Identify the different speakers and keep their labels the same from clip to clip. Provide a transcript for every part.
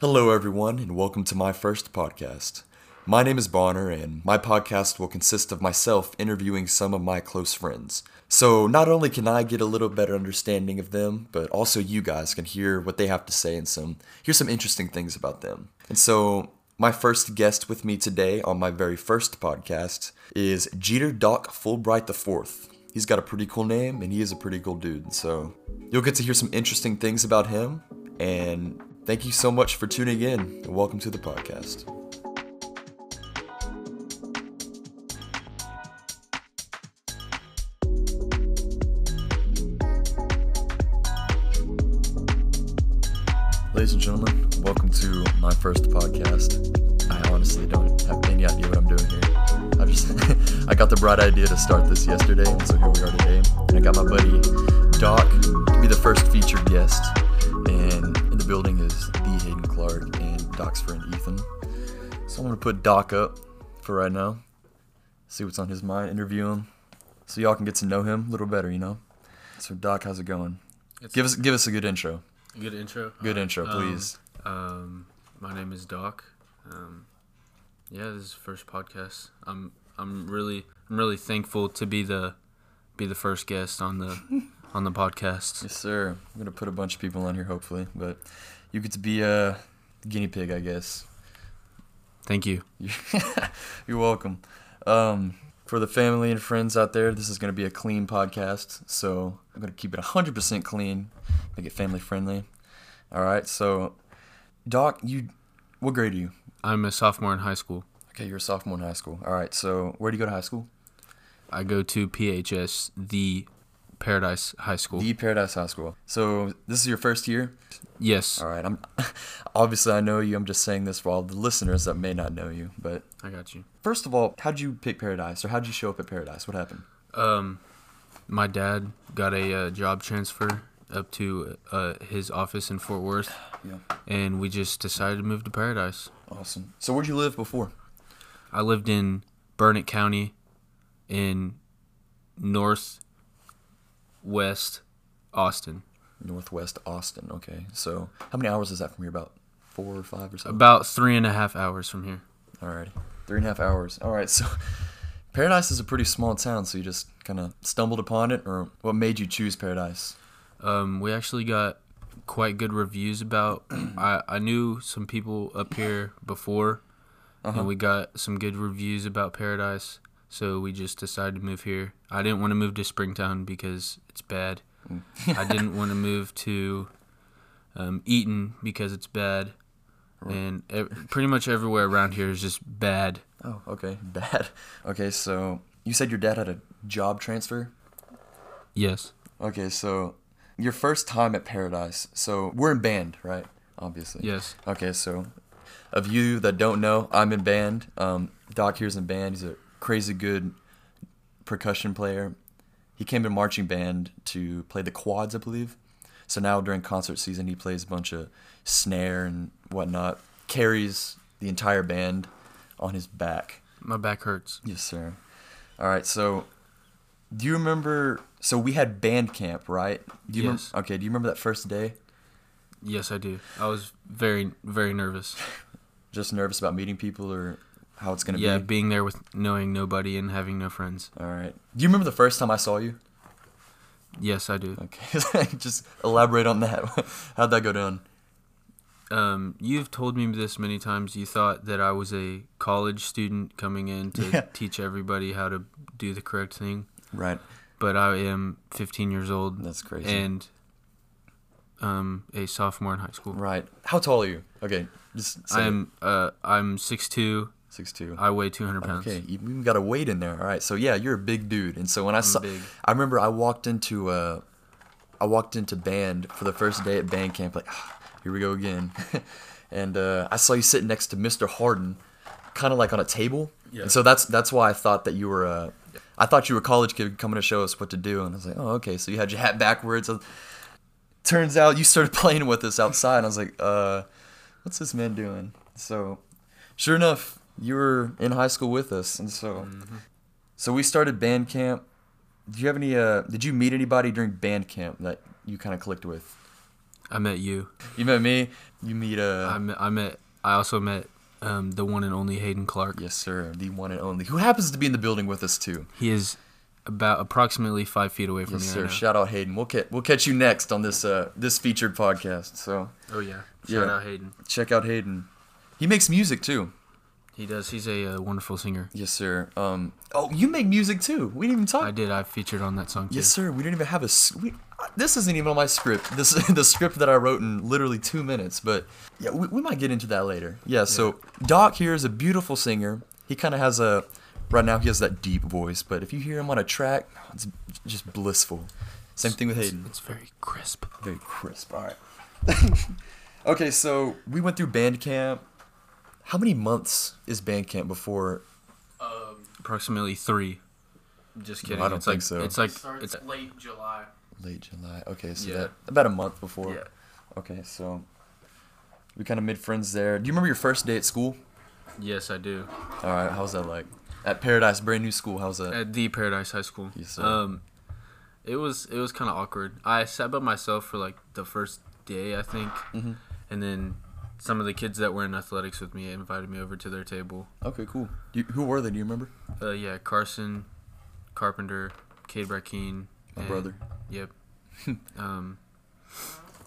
Speaker 1: Hello, everyone, and welcome to my first podcast. My name is Bonner, and my podcast will consist of myself interviewing some of my close friends. So, not only can I get a little better understanding of them, but also you guys can hear what they have to say and some hear some interesting things about them. And so, my first guest with me today on my very first podcast is Jeter Doc Fulbright IV. He's got a pretty cool name, and he is a pretty cool dude. So, you'll get to hear some interesting things about him. And Thank you so much for tuning in and welcome to the podcast. Ladies and gentlemen, welcome to my first podcast. I honestly don't have any idea what I'm doing here. I just I got the bright idea to start this yesterday, and so here we are today. And I got my buddy Doc to be the first featured guest. And in the building is the Hayden Clark and Doc's friend Ethan. So I'm gonna put Doc up for right now. See what's on his mind, interview him, so y'all can get to know him a little better, you know. So Doc, how's it going?
Speaker 2: It's-
Speaker 1: give us give us a good intro.
Speaker 2: Good intro.
Speaker 1: Good intro,
Speaker 2: Um,
Speaker 1: please.
Speaker 2: Um, my name is Doc. Um, yeah, this is the first podcast. I'm I'm really I'm really thankful to be the be the first guest on the on the podcast.
Speaker 1: Yes, sir. I'm gonna put a bunch of people on here, hopefully, but you get to be a guinea pig, I guess.
Speaker 2: Thank you.
Speaker 1: You're welcome. Um, for the family and friends out there, this is gonna be a clean podcast, so I'm gonna keep it 100% clean, make it family friendly. All right. So, Doc, you, what grade are you?
Speaker 2: I'm a sophomore in high school.
Speaker 1: Okay, you're a sophomore in high school. All right. So, where do you go to high school?
Speaker 2: I go to PHS, the Paradise High School.
Speaker 1: The Paradise High School. So, this is your first year.
Speaker 2: yes,
Speaker 1: All right. I'm obviously I know you. I'm just saying this for all the listeners that may not know you, but
Speaker 2: I got you.
Speaker 1: First of all, how'd you pick Paradise, or how'd you show up at Paradise? What happened?
Speaker 2: Um, my dad got a uh, job transfer up to uh, his office in Fort Worth,
Speaker 1: Yeah,
Speaker 2: and we just decided to move to Paradise.
Speaker 1: awesome. So where'd you live before?
Speaker 2: I lived in Burnett County in northwest Austin.
Speaker 1: Northwest Austin. Okay, so how many hours is that from here? About four or five or something.
Speaker 2: About three and a half hours from here.
Speaker 1: Alrighty, three and a half hours. All right, so Paradise is a pretty small town, so you just kind of stumbled upon it, or what made you choose Paradise?
Speaker 2: Um, we actually got quite good reviews about I, I knew some people up here before and we got some good reviews about paradise so we just decided to move here i didn't want to move to springtown because it's bad i didn't want to move to um, eaton because it's bad and ev- pretty much everywhere around here is just bad
Speaker 1: Oh, okay, bad. Okay, so you said your dad had a job transfer.
Speaker 2: yes
Speaker 1: Okay, so your first time at Paradise. So we're in band, right? Obviously.
Speaker 2: yes
Speaker 1: Okay, so of you that don't know, I'm in band. Um, Doc here's in band. He's a crazy good percussion player. He came in marching band to play the quads, I believe. So now during concert season, he plays a bunch of snare and whatnot. Carries the entire band on his back.
Speaker 2: my back hurts
Speaker 1: Yes, sir. All right, so do you remember? So we had band camp, right? Do you remem-
Speaker 2: Yes.
Speaker 1: okay, do you remember that first day?
Speaker 2: yes i do i was very very nervous
Speaker 1: Just nervous about meeting people or how it's gonna
Speaker 2: yeah
Speaker 1: be?
Speaker 2: being there with knowing nobody and having no friends
Speaker 1: All right. Do you remember the first time I saw you?
Speaker 2: yes i do
Speaker 1: Okay. Just elaborate on that. How'd that go down?
Speaker 2: um, you've told me this many times you thought that i was a college student coming in to
Speaker 1: Yeah.
Speaker 2: teach everybody how to do the correct thing
Speaker 1: Right.
Speaker 2: but i am 15 years old
Speaker 1: That's crazy.
Speaker 2: and um, a sophomore in high school
Speaker 1: right. How tall are you? Okay. Just say
Speaker 2: i am uh, i'm 6'2
Speaker 1: six two.
Speaker 2: i weigh 200 pounds
Speaker 1: Okay, you even got a weight in there. All right, so yeah, you're a big dude, and so when I saw,
Speaker 2: big.
Speaker 1: I remember I walked into uh, I walked into band for the first day at band camp. Like, "Ah, here we go again, and uh, I saw you sitting next to Mr. Harden, kind of like on a table.
Speaker 2: Yeah.
Speaker 1: And so that's that's why I thought that you were uh, I thought you were a college kid coming to show us what to do, and I was like, oh, okay. So you had your hat backwards. Turns out you started playing with us outside. And I was like, uh, what's this man doing? So, sure enough, you were in high school with us, and so,
Speaker 2: Mm-hmm.
Speaker 1: so we started band camp. Do you have any? Uh, did you meet anybody during band camp that you kind of clicked with?
Speaker 2: I met you.
Speaker 1: You met me. You meet
Speaker 2: I
Speaker 1: uh,
Speaker 2: met. I met. I also met um, the one and only Hayden Clark.
Speaker 1: yes sir, the one and only, who happens to be in the building with us too.
Speaker 2: He is about approximately five feet away from
Speaker 1: Yes
Speaker 2: me
Speaker 1: sir.
Speaker 2: right now.
Speaker 1: Shout out Hayden. We'll catch we'll catch you next on this uh this featured podcast. So
Speaker 2: oh yeah.
Speaker 1: Yeah.
Speaker 2: Shout out Hayden.
Speaker 1: check out Hayden. He makes music too.
Speaker 2: He does. He's a uh, wonderful singer.
Speaker 1: Yes sir. Um. Oh, you make music too. We didn't even talk.
Speaker 2: I did. I featured on that song. Too.
Speaker 1: Yes, sir. We didn't even have a. s- We, uh, this isn't even on my script. This the script that I wrote in literally two minutes. But yeah, we, we might get into that later. Yeah. So Doc here is a beautiful singer. He kind of has a. Right now, he has that deep voice, but if you hear him on a track, it's just blissful. Same thing with Hayden.
Speaker 2: It's very crisp.
Speaker 1: Very crisp. All right. okay, so we went through Bandcamp. How many months is Bandcamp before?
Speaker 2: Approximately three. Just kidding.
Speaker 1: I don't
Speaker 2: it's like,
Speaker 1: think so.
Speaker 2: It's like
Speaker 3: Starts
Speaker 2: it's
Speaker 3: late July.
Speaker 1: Late July. Okay, so
Speaker 2: Yeah.
Speaker 1: that about a month before.
Speaker 2: Yeah.
Speaker 1: Okay, so we kind of made friends there. Do you remember your first day at school?
Speaker 2: yes, I do.
Speaker 1: All right, how's that like? At Paradise, brand new school. How's that?
Speaker 2: At the Paradise High School.
Speaker 1: Yes, sir.
Speaker 2: Um, it was it was kind of awkward. I sat by myself for like the first day, I think,
Speaker 1: Mm-hmm.
Speaker 2: and then some of the kids that were in athletics with me invited me over to their table.
Speaker 1: Okay, cool. Do you, who were they? Do you remember?
Speaker 2: Uh, yeah, Carson, Carpenter, Cade Brackeen.
Speaker 1: My
Speaker 2: and-
Speaker 1: brother.
Speaker 2: Yep. um,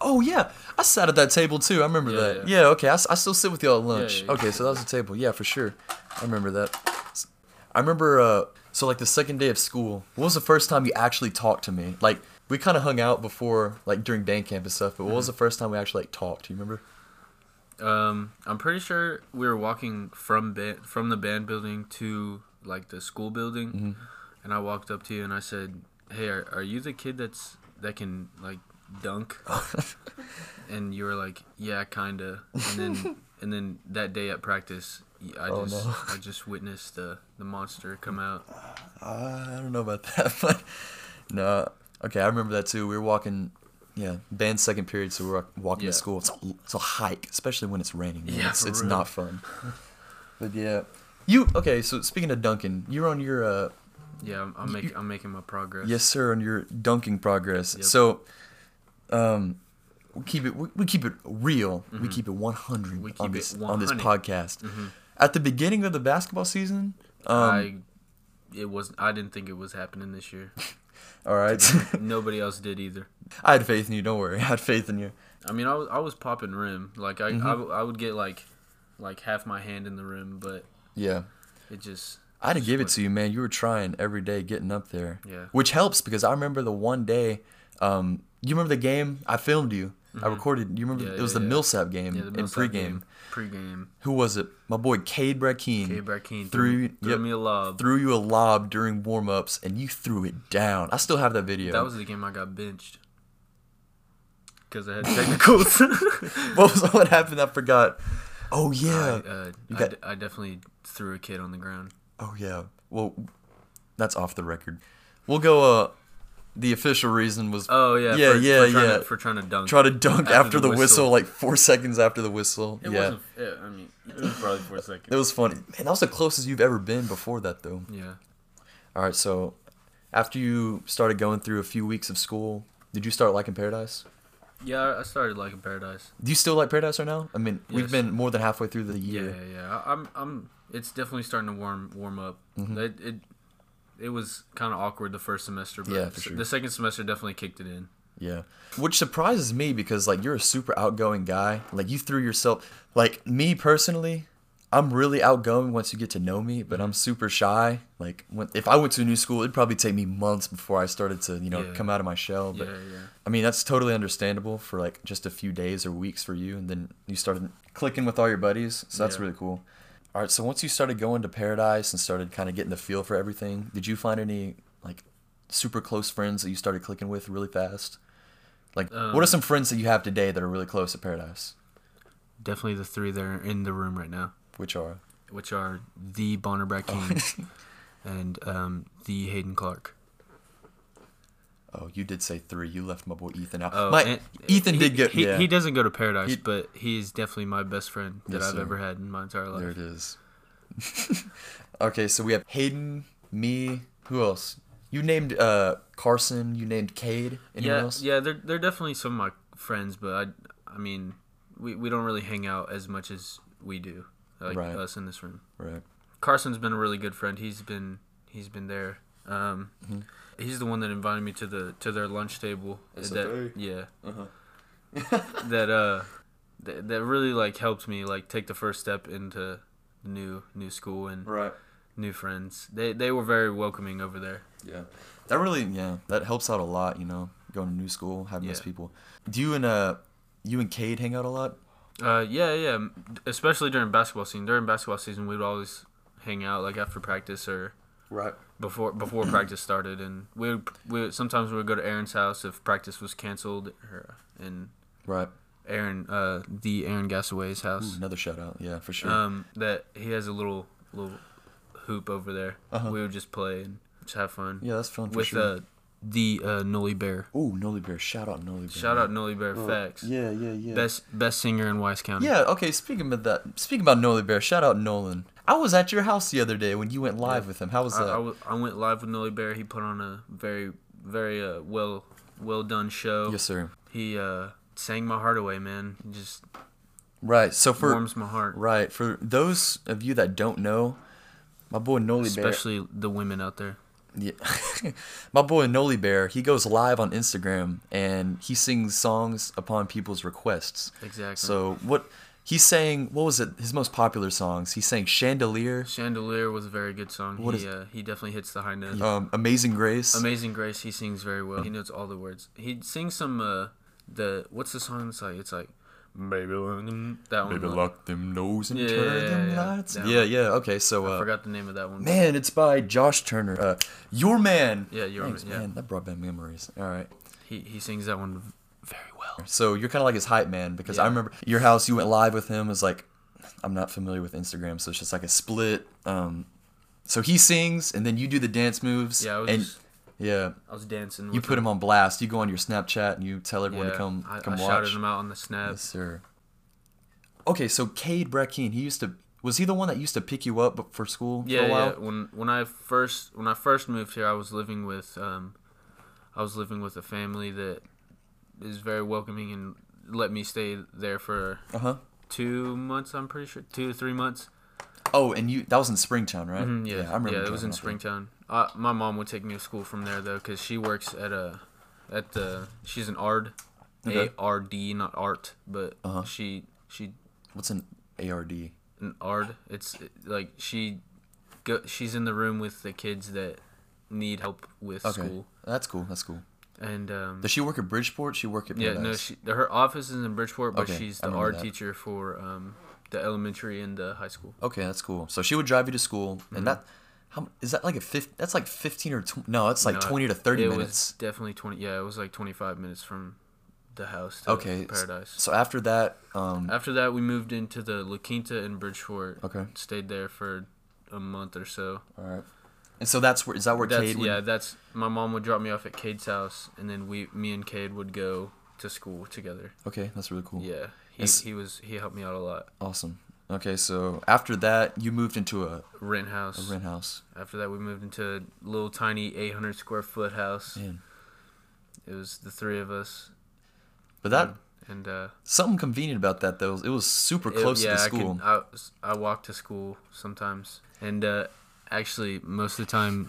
Speaker 1: Oh yeah, I sat at that table too. I remember
Speaker 2: Yeah,
Speaker 1: that. Yeah.
Speaker 2: yeah.
Speaker 1: okay. I, s- I still sit with y'all at lunch.
Speaker 2: yeah, yeah.
Speaker 1: okay, so that was the table. Yeah, for sure. I remember that. S- I remember. Uh, so like the second day of school, what was the first time you actually talked to me? Like we kind of hung out before, like during band camp and stuff. But what was the first time we actually like talked? Do you remember?
Speaker 2: Um, I'm pretty sure we were walking from band, from the band building to like the school building,
Speaker 1: Mm-hmm.
Speaker 2: and I walked up to you and I said, "Hey, are, are you the kid that's that can like dunk?" and you were like, "Yeah, kinda." And then and then that day at practice, y- I
Speaker 1: Oh,
Speaker 2: just
Speaker 1: no.
Speaker 2: I just witnessed the the monster come out.
Speaker 1: Uh, I don't know about that, but no. Okay, I remember that too. We were walking, yeah, band second period, so we were walking
Speaker 2: Yeah.
Speaker 1: to school. It's a, it's a hike, especially when it's raining. man.
Speaker 2: Yeah,
Speaker 1: it's,
Speaker 2: for
Speaker 1: it's
Speaker 2: real.
Speaker 1: not fun. But yeah, you okay? So speaking of Duncan, you're on your uh,
Speaker 2: Yeah, I'm, I'm making I'm making my progress.
Speaker 1: yes sir, on your dunking progress.
Speaker 2: Yep.
Speaker 1: So, um, we keep it we, we keep it real. We keep it 100
Speaker 2: Mm-hmm. We keep
Speaker 1: on
Speaker 2: it
Speaker 1: this on this
Speaker 2: 100.
Speaker 1: podcast. At the beginning of the basketball season, um,
Speaker 2: I it was I didn't think it was happening this year.
Speaker 1: all right,
Speaker 2: Nobody else did either.
Speaker 1: I had faith in you. Don't worry, I had faith in you.
Speaker 2: I mean, I was, I was popping rim. Like I,
Speaker 1: Mm-hmm.
Speaker 2: I w- I would get like like half my hand in the rim, but
Speaker 1: Yeah.
Speaker 2: it just
Speaker 1: I had to give it to you, man. You were trying every day, getting up there.
Speaker 2: Yeah.
Speaker 1: Which helps because I remember the one day, um, you remember the game I filmed you. I recorded. You remember
Speaker 2: Mm-hmm. Yeah,
Speaker 1: it was
Speaker 2: yeah,
Speaker 1: the
Speaker 2: yeah.
Speaker 1: Millsap game
Speaker 2: yeah, the
Speaker 1: in
Speaker 2: Millsap
Speaker 1: pregame.
Speaker 2: game, pregame.
Speaker 1: Who was it? My boy Cade Brackeen.
Speaker 2: Gabe Brackeen
Speaker 1: Threw-
Speaker 2: threw, threw
Speaker 1: yep.
Speaker 2: me a lob.
Speaker 1: Threw you a lob during warm ups and you threw it down. I still have that video.
Speaker 2: That was the game I got benched because I had technicals.
Speaker 1: what was what happened? I forgot. Oh
Speaker 2: I,
Speaker 1: yeah.
Speaker 2: uh, I
Speaker 1: got-
Speaker 2: d- I definitely threw a kid on the ground.
Speaker 1: Oh yeah. Well, that's off the record. We'll go. Uh, the official reason was
Speaker 2: Oh yeah,
Speaker 1: yeah
Speaker 2: for,
Speaker 1: yeah
Speaker 2: for trying
Speaker 1: yeah
Speaker 2: to, for trying to dunk.
Speaker 1: try to dunk after, the, whistle.
Speaker 2: whistle.
Speaker 1: like four seconds after the whistle.
Speaker 2: it
Speaker 1: yeah,
Speaker 2: wasn't. Yeah, I mean, it was probably four
Speaker 1: it
Speaker 2: seconds.
Speaker 1: was funny. Man, that was the closest you've ever been before that, though.
Speaker 2: Yeah,
Speaker 1: All right, so after you started going through a few weeks of school, did you start liking Paradise?
Speaker 2: yeah. I- I started liking Paradise.
Speaker 1: Do you still like Paradise right now? I mean, we've
Speaker 2: Yes.
Speaker 1: been more than halfway through the
Speaker 2: Yeah,
Speaker 1: year.
Speaker 2: yeah, yeah. I- I'm, I'm. It's definitely starting to warm, warm up. It, it, it was kind of awkward the first semester, but
Speaker 1: Yeah, for sure.
Speaker 2: the second semester definitely kicked it in.
Speaker 1: Yeah. Which surprises me because like you're a super outgoing guy. Like you threw yourself like me personally, I'm really outgoing once you get to know me, but I'm super shy. Like when, if I went to a new school, it'd probably take me months before I started to, you know,
Speaker 2: Yeah.
Speaker 1: come out of my shell, but
Speaker 2: yeah, yeah.
Speaker 1: I mean, that's totally understandable for like just a few days or weeks for you and then you started clicking with all your buddies. So that's
Speaker 2: Yeah.
Speaker 1: really cool. All right, so once you started going to Paradise and started kind of getting the feel for everything, did you find any like super close friends that you started clicking with really fast? Like, what are
Speaker 2: Um,
Speaker 1: some friends that you have today that are really close at Paradise?
Speaker 2: Definitely the three that are in the room right now,
Speaker 1: Which are?
Speaker 2: which are the Bonner Brad King and um, the Hayden Clark.
Speaker 1: Oh, you did say three. You left my boy Ethan out.
Speaker 2: Oh,
Speaker 1: my,
Speaker 2: and-
Speaker 1: Ethan
Speaker 2: he-
Speaker 1: did get.
Speaker 2: He,
Speaker 1: yeah.
Speaker 2: he doesn't go to Paradise,
Speaker 1: He-
Speaker 2: but he is definitely my best friend that
Speaker 1: Yes,
Speaker 2: I've
Speaker 1: sir.
Speaker 2: ever had in my entire
Speaker 1: There
Speaker 2: life.
Speaker 1: it is. okay, so we have Hayden, me, who else? You named uh Carson, you named Cade. Anyone
Speaker 2: yeah,
Speaker 1: else?
Speaker 2: yeah. They're they're definitely some of my friends, but I I mean we, we don't really hang out as much as we do like
Speaker 1: Right.
Speaker 2: us in this room.
Speaker 1: Right.
Speaker 2: Carson's been a really good friend. He's been he's been there. Um,
Speaker 1: Mm-hmm.
Speaker 2: he's the one that invited me to the to their lunch table.
Speaker 1: It's a Uh-huh.
Speaker 2: that,
Speaker 1: day.
Speaker 2: Yeah. that uh, that, that really like helped me like take the first step into new new school and
Speaker 1: Right.
Speaker 2: new friends. They they were very welcoming over there.
Speaker 1: Yeah. That really yeah, that helps out a lot, you know, going to new school, having those
Speaker 2: Yeah.
Speaker 1: people. Do you and uh you and Cade hang out a lot?
Speaker 2: Uh, yeah, yeah. m- Especially during basketball season. During basketball season, we'd always hang out like after practice or
Speaker 1: Right.
Speaker 2: before before practice started, and we would, we would, sometimes we would go to Aaron's house if practice was canceled, or, and
Speaker 1: Right.
Speaker 2: Aaron uh the Aaron Gasaway's house.
Speaker 1: Another shout out, yeah, for sure.
Speaker 2: Um, that he has a little little hoop over there. We would just play and just have fun.
Speaker 1: Uh-huh. yeah, that's fun for
Speaker 2: with
Speaker 1: sure.
Speaker 2: uh the uh Nolly Bear.
Speaker 1: Ooh, Nolly Bear. Shout out Nolly Bear.
Speaker 2: Shout out Nolly Bear Facts.
Speaker 1: Uh, Yeah, yeah, yeah.
Speaker 2: Best best singer in Wise County.
Speaker 1: Yeah, okay, speaking of that speaking about Nolly Bear, shout out Nolan. I was at your house the other day when you went live with him. How was
Speaker 2: I,
Speaker 1: that?
Speaker 2: I, w- I went live with Nolly Bear. He put on a very very uh well well done show.
Speaker 1: yes, sir.
Speaker 2: He uh sang my heart away, man. He just
Speaker 1: Right. So for
Speaker 2: warms my heart.
Speaker 1: right, for those of you that don't know, my boy Nolly Bear
Speaker 2: Especially the women out there.
Speaker 1: Yeah. My boy Noli Bear, he goes live on Instagram and he sings songs upon people's requests.
Speaker 2: Exactly.
Speaker 1: So what he sang, what was it? His most popular songs. He sang Chandelier,
Speaker 2: Chandelier was a very good song.
Speaker 1: What
Speaker 2: he
Speaker 1: is-
Speaker 2: uh, he definitely hits the high note.
Speaker 1: um, Amazing Grace.
Speaker 2: Amazing Grace, he sings very well. He knows all the words. He sings some uh the what's the song that's like it's like Baby Lock them- that one.
Speaker 1: Baby,
Speaker 2: like-
Speaker 1: lock them doors and
Speaker 2: Yeah,
Speaker 1: turn
Speaker 2: yeah,
Speaker 1: them
Speaker 2: yeah.
Speaker 1: lights.
Speaker 2: That
Speaker 1: Yeah,
Speaker 2: one.
Speaker 1: yeah. Okay, so
Speaker 2: I
Speaker 1: uh,
Speaker 2: forgot the name of that one.
Speaker 1: man, it's by Josh Turner. Uh, Your Man.
Speaker 2: Yeah, Your
Speaker 1: Thanks,
Speaker 2: Man, yeah.
Speaker 1: man. That brought back memories. All right.
Speaker 2: He he sings that one very well.
Speaker 1: So you're kind of like his hype man because I
Speaker 2: Yeah.
Speaker 1: remember your house. You went live with him. It was like, I'm not familiar with Instagram, so it's just like a split. Um, so he sings and then you do the dance moves.
Speaker 2: Yeah, I was
Speaker 1: and
Speaker 2: just-
Speaker 1: yeah,
Speaker 2: I was dancing.
Speaker 1: you
Speaker 2: with
Speaker 1: put him on blast. You go on your Snapchat and you tell everyone to
Speaker 2: Yeah,
Speaker 1: come
Speaker 2: I,
Speaker 1: come
Speaker 2: I
Speaker 1: watch.
Speaker 2: shouted him out on the snap.
Speaker 1: Yes, sir. Okay, so Cade Brackeen, he used to was he the one that used to pick you up for school
Speaker 2: Yeah,
Speaker 1: for a
Speaker 2: yeah.
Speaker 1: while?
Speaker 2: When when I first when I first moved here, I was living with um, I was living with a family that is very welcoming and let me stay there for
Speaker 1: Uh huh.
Speaker 2: two months. I'm pretty sure two to three months.
Speaker 1: Oh, and you that was in Springtown, right?
Speaker 2: Mm-hmm, Yeah, yeah,
Speaker 1: I remember.
Speaker 2: it
Speaker 1: you
Speaker 2: was
Speaker 1: talking
Speaker 2: in
Speaker 1: about that.
Speaker 2: Springtown. Uh, my mom would take me to school from there though, cause she works at a, at the she's an ard,
Speaker 1: Okay. Uh-huh.
Speaker 2: a r d not art, but she she
Speaker 1: What's an ARD?
Speaker 2: an ard. It's uh, like she, go, she's in the room with the kids that need help with
Speaker 1: Okay,
Speaker 2: school,
Speaker 1: that's cool. That's cool.
Speaker 2: and um,
Speaker 1: Does she work at Bridgeport? She work at
Speaker 2: yeah, no,
Speaker 1: Paradise?
Speaker 2: she her office is in Bridgeport, but
Speaker 1: Okay,
Speaker 2: she's
Speaker 1: I
Speaker 2: the
Speaker 1: remember
Speaker 2: art
Speaker 1: that.
Speaker 2: teacher for um, the elementary and the high school.
Speaker 1: Okay, that's cool. So she would drive you to school,
Speaker 2: Mm-hmm.
Speaker 1: and that how is that like a fifth? That's like fifteen or tw- no, it's like
Speaker 2: No,
Speaker 1: twenty to thirty
Speaker 2: it was
Speaker 1: minutes.
Speaker 2: definitely twenty. Yeah, it was like twenty five minutes from the house to
Speaker 1: Okay, s-
Speaker 2: paradise.
Speaker 1: So after that, um,
Speaker 2: After that, we moved into the La Quinta in Bridgeport.
Speaker 1: Okay.
Speaker 2: Stayed there for a month or so.
Speaker 1: all right, and so that's where is that where
Speaker 2: That's
Speaker 1: Cade? Would,
Speaker 2: yeah. That's my mom would drop me off at Cade's house, and then we, me and Cade would go to school together.
Speaker 1: Okay, that's really cool.
Speaker 2: Yeah. He,
Speaker 1: It's-
Speaker 2: he was he helped me out a lot.
Speaker 1: Awesome. Okay, so after that, you moved into a
Speaker 2: Rent house.
Speaker 1: rent house.
Speaker 2: After that, we moved into a little tiny 800 square foot house.
Speaker 1: Man.
Speaker 2: It was the three of us,
Speaker 1: But that
Speaker 2: and uh,
Speaker 1: something convenient about that though. It was super
Speaker 2: It-
Speaker 1: close to the
Speaker 2: I
Speaker 1: school.
Speaker 2: Could, I, was- I walk to school sometimes, and uh, actually, most of the time,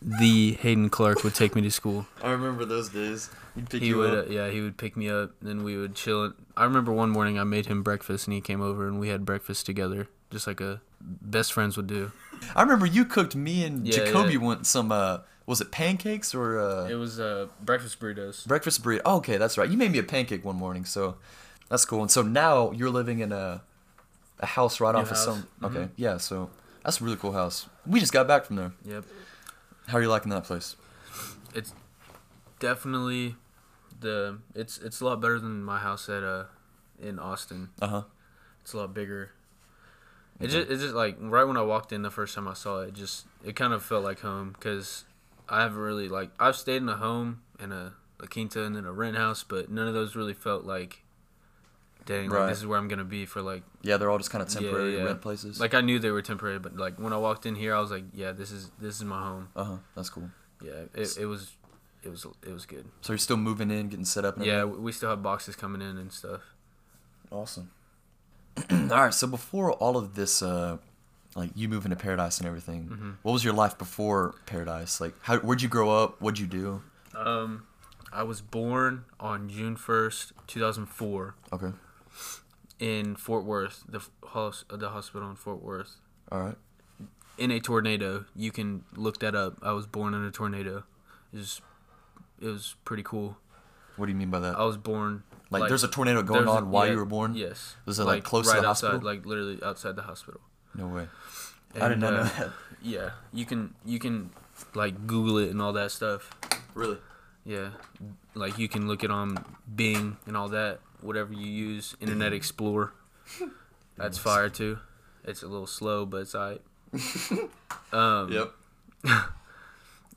Speaker 2: the Hayden Clark would take me to school.
Speaker 1: I remember those days. He'd pick
Speaker 2: He would, uh, yeah, he would pick me up, and then we would chill. And I remember one morning I made him breakfast, and he came over, and we had breakfast together, just like a best friends would do.
Speaker 1: I remember you cooked me and
Speaker 2: Yeah,
Speaker 1: Jacoby
Speaker 2: yeah.
Speaker 1: once some. Uh, was it pancakes or? Uh,
Speaker 2: It was uh, breakfast burritos.
Speaker 1: Breakfast burrito. Oh, okay, that's right. You made me a pancake one morning, so that's cool. And so now you're living in a a house right off
Speaker 2: house. Mm-hmm.
Speaker 1: of some. Okay, yeah. So that's a really cool house. We just got back from there.
Speaker 2: Yep,
Speaker 1: How are you liking that place?
Speaker 2: it's definitely the it's it's a lot better than my house at uh in Austin.
Speaker 1: Uh huh.
Speaker 2: It's a lot bigger. It just, it just like right when I walked in the first time I saw it, it just it kind of felt like home because I haven't really like I've stayed in a home and a La Quinta and then a rent house, but none of those really felt like, dang, like,
Speaker 1: Right.
Speaker 2: this is where I'm gonna be for like
Speaker 1: Yeah, they're all just kind of temporary
Speaker 2: yeah, yeah.
Speaker 1: rent places.
Speaker 2: Like I knew they were temporary, but like when I walked in here, I was like, yeah, this is this is my home.
Speaker 1: uh huh. That's Uh-huh, cool.
Speaker 2: Yeah, it, it was it was it was good.
Speaker 1: So you're still moving in, getting set up. And
Speaker 2: Yeah, we we still have boxes coming in and stuff.
Speaker 1: Awesome. all right. So before all of this, uh, like you moving to paradise and everything,
Speaker 2: Mm-hmm.
Speaker 1: what was your life before paradise? Like, how where'd you grow up? What'd you do?
Speaker 2: Um, I was born on June first, two thousand four,
Speaker 1: Okay.
Speaker 2: in Fort Worth, the f- hos- uh, the hospital in Fort Worth,
Speaker 1: All right.
Speaker 2: in a tornado. You can look that up. I was born in a tornado. It was, it was pretty cool.
Speaker 1: What do you mean by that?
Speaker 2: I was born
Speaker 1: like, there's a tornado going
Speaker 2: Oh, there's a-
Speaker 1: on while
Speaker 2: yeah,
Speaker 1: you were born.
Speaker 2: Yes.
Speaker 1: Was it, like, close to the hospital?
Speaker 2: Outside, like literally outside the hospital.
Speaker 1: No way. I did
Speaker 2: And,
Speaker 1: not know
Speaker 2: uh,
Speaker 1: that.
Speaker 2: Yeah, you can you can like Google it and all that stuff.
Speaker 1: Really?
Speaker 2: Yeah, like you can look it on Bing and all that. Whatever you use, Internet Explorer. That's fire too. It's a little slow, but it's alright.
Speaker 1: Yep.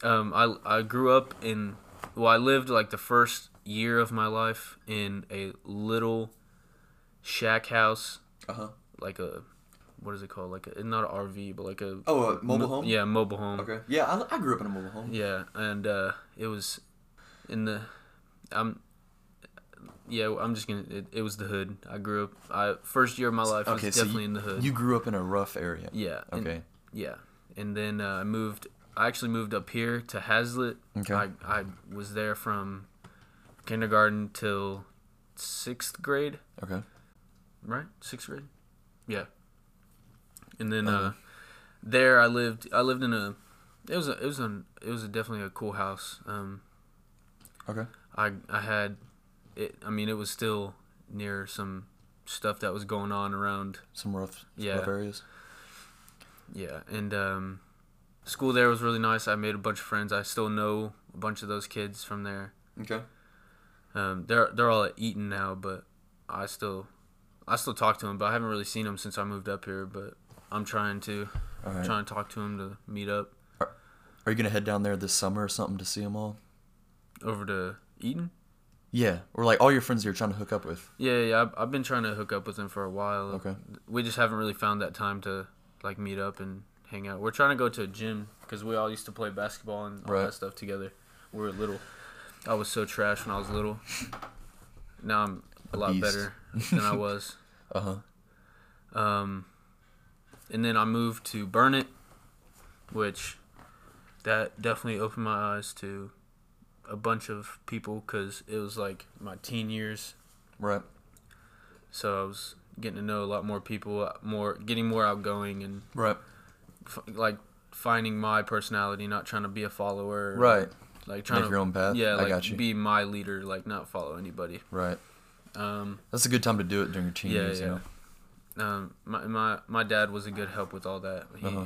Speaker 2: Um, I I grew up in well, I lived like the first year of my life in a little shack house,
Speaker 1: Uh huh.
Speaker 2: like a what is it called? Like a not an RV, but like a
Speaker 1: Oh, a mobile home?
Speaker 2: Yeah, mobile home.
Speaker 1: Yeah, I, I grew up in a mobile home.
Speaker 2: Yeah, and uh, it was in the I'm yeah, I'm just gonna it, it was the hood. I grew up I first year of my life
Speaker 1: Okay,
Speaker 2: was
Speaker 1: so
Speaker 2: definitely
Speaker 1: you,
Speaker 2: in the hood.
Speaker 1: you grew up in a rough area.
Speaker 2: yeah. and-
Speaker 1: Okay.
Speaker 2: yeah. And then uh, I moved I actually moved up here to Hazlitt.
Speaker 1: Okay.
Speaker 2: I I was there from kindergarten till sixth grade,
Speaker 1: Okay.
Speaker 2: right? Sixth grade? Yeah. And then uh there I lived I lived in a it was a it was an it was a definitely a cool house. Um
Speaker 1: Okay.
Speaker 2: I I had it. I mean, it was still near some stuff that was going on around.
Speaker 1: Some rough,
Speaker 2: Yeah.
Speaker 1: rough areas.
Speaker 2: Yeah, and um, school there was really nice. I made a bunch of friends. I still know a bunch of those kids from there.
Speaker 1: Okay.
Speaker 2: Um, they're they're all at Eaton now, but I still I still talk to them, but I haven't really seen them since I moved up here. But I'm trying to
Speaker 1: All right.
Speaker 2: trying to talk to them to meet up
Speaker 1: Are you gonna head down there this summer or something to see them all?
Speaker 2: over to Eaton.
Speaker 1: Yeah, or like all your friends you're trying to hook up with.
Speaker 2: Yeah, yeah. I've, I've been trying to hook up with them for a while.
Speaker 1: Okay.
Speaker 2: We just haven't really found that time to like meet up and hang out. We're trying to go to a gym because we all used to play basketball and all
Speaker 1: Right.
Speaker 2: that stuff together. We were little. I was so trash when I was little. Now I'm a, lot
Speaker 1: beast.
Speaker 2: better than I was.
Speaker 1: Uh huh.
Speaker 2: Um, and then I moved to Burnet, which that definitely opened my eyes to a bunch of people because it was like my teen years
Speaker 1: Right.
Speaker 2: so I was getting to know a lot more people, more getting more outgoing and
Speaker 1: Right.
Speaker 2: f- like finding my personality, not trying to be a follower,
Speaker 1: Right.
Speaker 2: Like trying
Speaker 1: Make
Speaker 2: to
Speaker 1: your own path.
Speaker 2: Yeah,
Speaker 1: I
Speaker 2: like
Speaker 1: got you.
Speaker 2: be my leader, like not follow anybody.
Speaker 1: Right.
Speaker 2: Um,
Speaker 1: That's a good time to do it during your teen
Speaker 2: Yeah,
Speaker 1: years. You
Speaker 2: yeah.
Speaker 1: know?
Speaker 2: um, my my my dad was a good help with all that. He
Speaker 1: Uh-huh.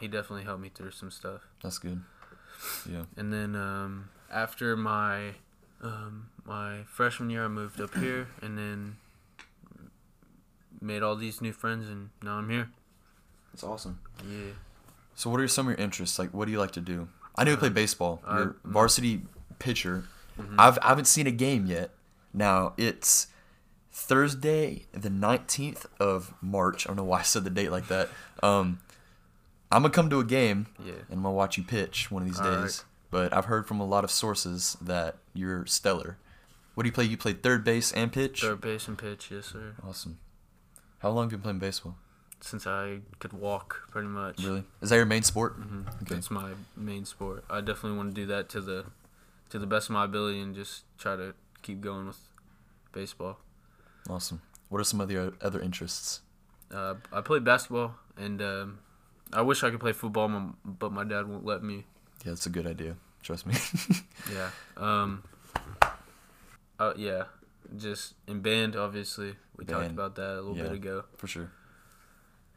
Speaker 2: he definitely helped me through some stuff.
Speaker 1: That's good. Yeah.
Speaker 2: And then um, after my um, my freshman year, I moved up here, and then made all these new friends, and now I'm here.
Speaker 1: That's awesome.
Speaker 2: Yeah.
Speaker 1: So, what are some of your interests? Like, what do you like to do? I know you play baseball.
Speaker 2: I-
Speaker 1: You're a varsity pitcher. I've- I haven't seen a game yet. Now it's Thursday, the nineteenth of March. I don't know why I said the date like that. Um, I'm gonna come to a game.
Speaker 2: Yeah.
Speaker 1: And I'm gonna watch you pitch one of these
Speaker 2: All right.
Speaker 1: days. But I've heard from a lot of sources that you're stellar. What do you play? You play third base and pitch.
Speaker 2: Third base and pitch, yes sir.
Speaker 1: Awesome. How long have you been playing baseball?
Speaker 2: Since I could walk, pretty much.
Speaker 1: Really? Is that your main sport?
Speaker 2: Mhm.
Speaker 1: Okay.
Speaker 2: That's my main sport. I definitely want to do that to the to the best of my ability and just try to keep going with baseball.
Speaker 1: Awesome. What are some of the o- other interests?
Speaker 2: Uh, I played basketball and um, I wish I could play football, my- but my dad won't let me.
Speaker 1: Yeah, that's a good idea. Trust me.
Speaker 2: Yeah. Um. Uh, yeah. Just in band, obviously. We talked
Speaker 1: Band.
Speaker 2: about that a little
Speaker 1: Yeah.
Speaker 2: bit ago.
Speaker 1: For sure.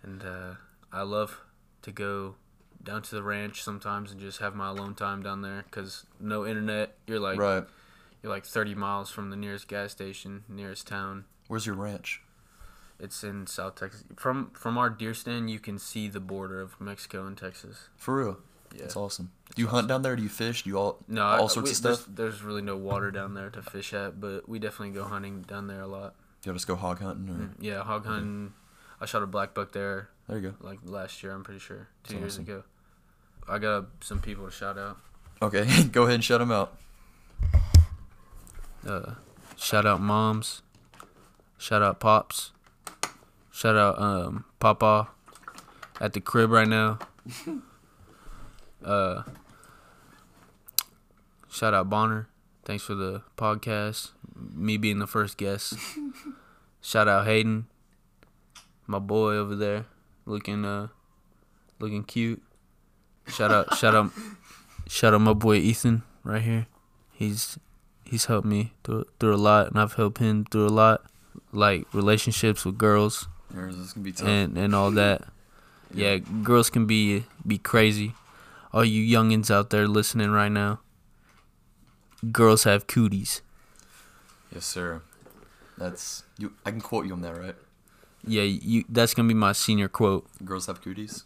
Speaker 2: And uh, I love to go down to the ranch sometimes and just have my alone time down there because no internet. You're like
Speaker 1: right.
Speaker 2: you're like 30 miles from the nearest gas station, nearest town.
Speaker 1: Where's your ranch?
Speaker 2: It's in South Texas. From from our deer stand, you can see the border of Mexico and Texas.
Speaker 1: For real.
Speaker 2: Yeah.
Speaker 1: That's awesome. Do you hunt down there? Do you fish? Do you all
Speaker 2: No, I-
Speaker 1: all sorts
Speaker 2: we-
Speaker 1: of stuff?
Speaker 2: There's, there's really no water down there to fish at, but we definitely go hunting down there a lot.
Speaker 1: Y'all just go hog hunting or
Speaker 2: Yeah, hog hunting. I shot a black buck there
Speaker 1: there you
Speaker 2: like last year. I'm pretty sure two
Speaker 1: That's
Speaker 2: years
Speaker 1: awesome.
Speaker 2: ago. I got some people to shout out.
Speaker 1: go. Okay, go ahead and shut them out.
Speaker 2: Uh, shout out moms. Shout out pops. Shout out um, Papa at the crib right now. uh, shout out Bonner. Thanks for the podcast. Me being the first guest. shout out Hayden, my boy over there, looking uh, looking cute. Shout out, shout out, shout out my boy Ethan right here. He's he's helped me through through a lot, and I've helped him through a lot, like relationships with girls
Speaker 1: Yours is gonna be tough.
Speaker 2: and and all that. Yeah, girls can be be crazy. All you youngins out there listening right now, girls have cooties.
Speaker 1: yes, sir. That's you. I can quote you on that, right?
Speaker 2: Yeah, you. That's gonna be my senior quote.
Speaker 1: Girls have cooties.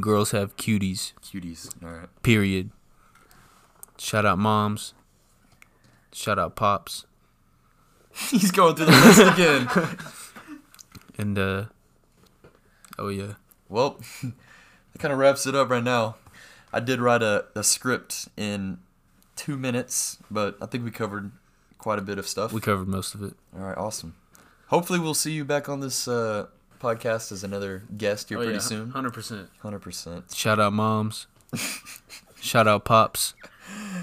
Speaker 2: Girls have cuties.
Speaker 1: Cuties. All right.
Speaker 2: Period. Shout out moms. Shout out pops.
Speaker 1: He's going through the list again.
Speaker 2: And uh, oh yeah,
Speaker 1: Well, that kind of wraps it up right now. I did write a, a script in two minutes, but I think we covered quite a bit of stuff.
Speaker 2: we covered most of it.
Speaker 1: All right, awesome. Hopefully, we'll see you back on this uh, podcast as another guest here pretty soon.
Speaker 2: Oh Hundred percent.
Speaker 1: 100%.
Speaker 2: Shout out moms. Shout out pops.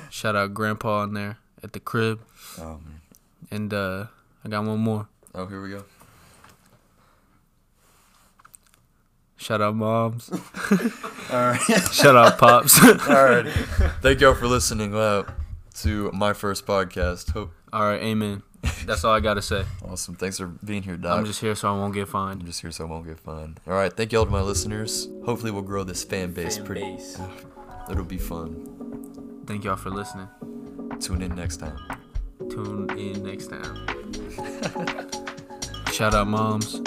Speaker 2: Shout out grandpa in there at the crib.
Speaker 1: Oh, man.
Speaker 2: And uh I got one more.
Speaker 1: Oh, here we go.
Speaker 2: Shout out moms.
Speaker 1: All right.
Speaker 2: Shout out pops.
Speaker 1: All right. Thank y'all for listening uh, to my first podcast. Hope
Speaker 2: All right, amen. That's all I gotta say.
Speaker 1: awesome. Thanks for being here, Doc.
Speaker 2: I'm just here so I won't get
Speaker 1: I'm
Speaker 2: fined.
Speaker 1: just here so I won't get fined. All right, thank y'all to my listeners. Hopefully, we'll grow this fan base pretty. It'll be fun.
Speaker 2: Thank y'all for listening.
Speaker 1: Tune in next time.
Speaker 2: Tune in next time. Shout out moms.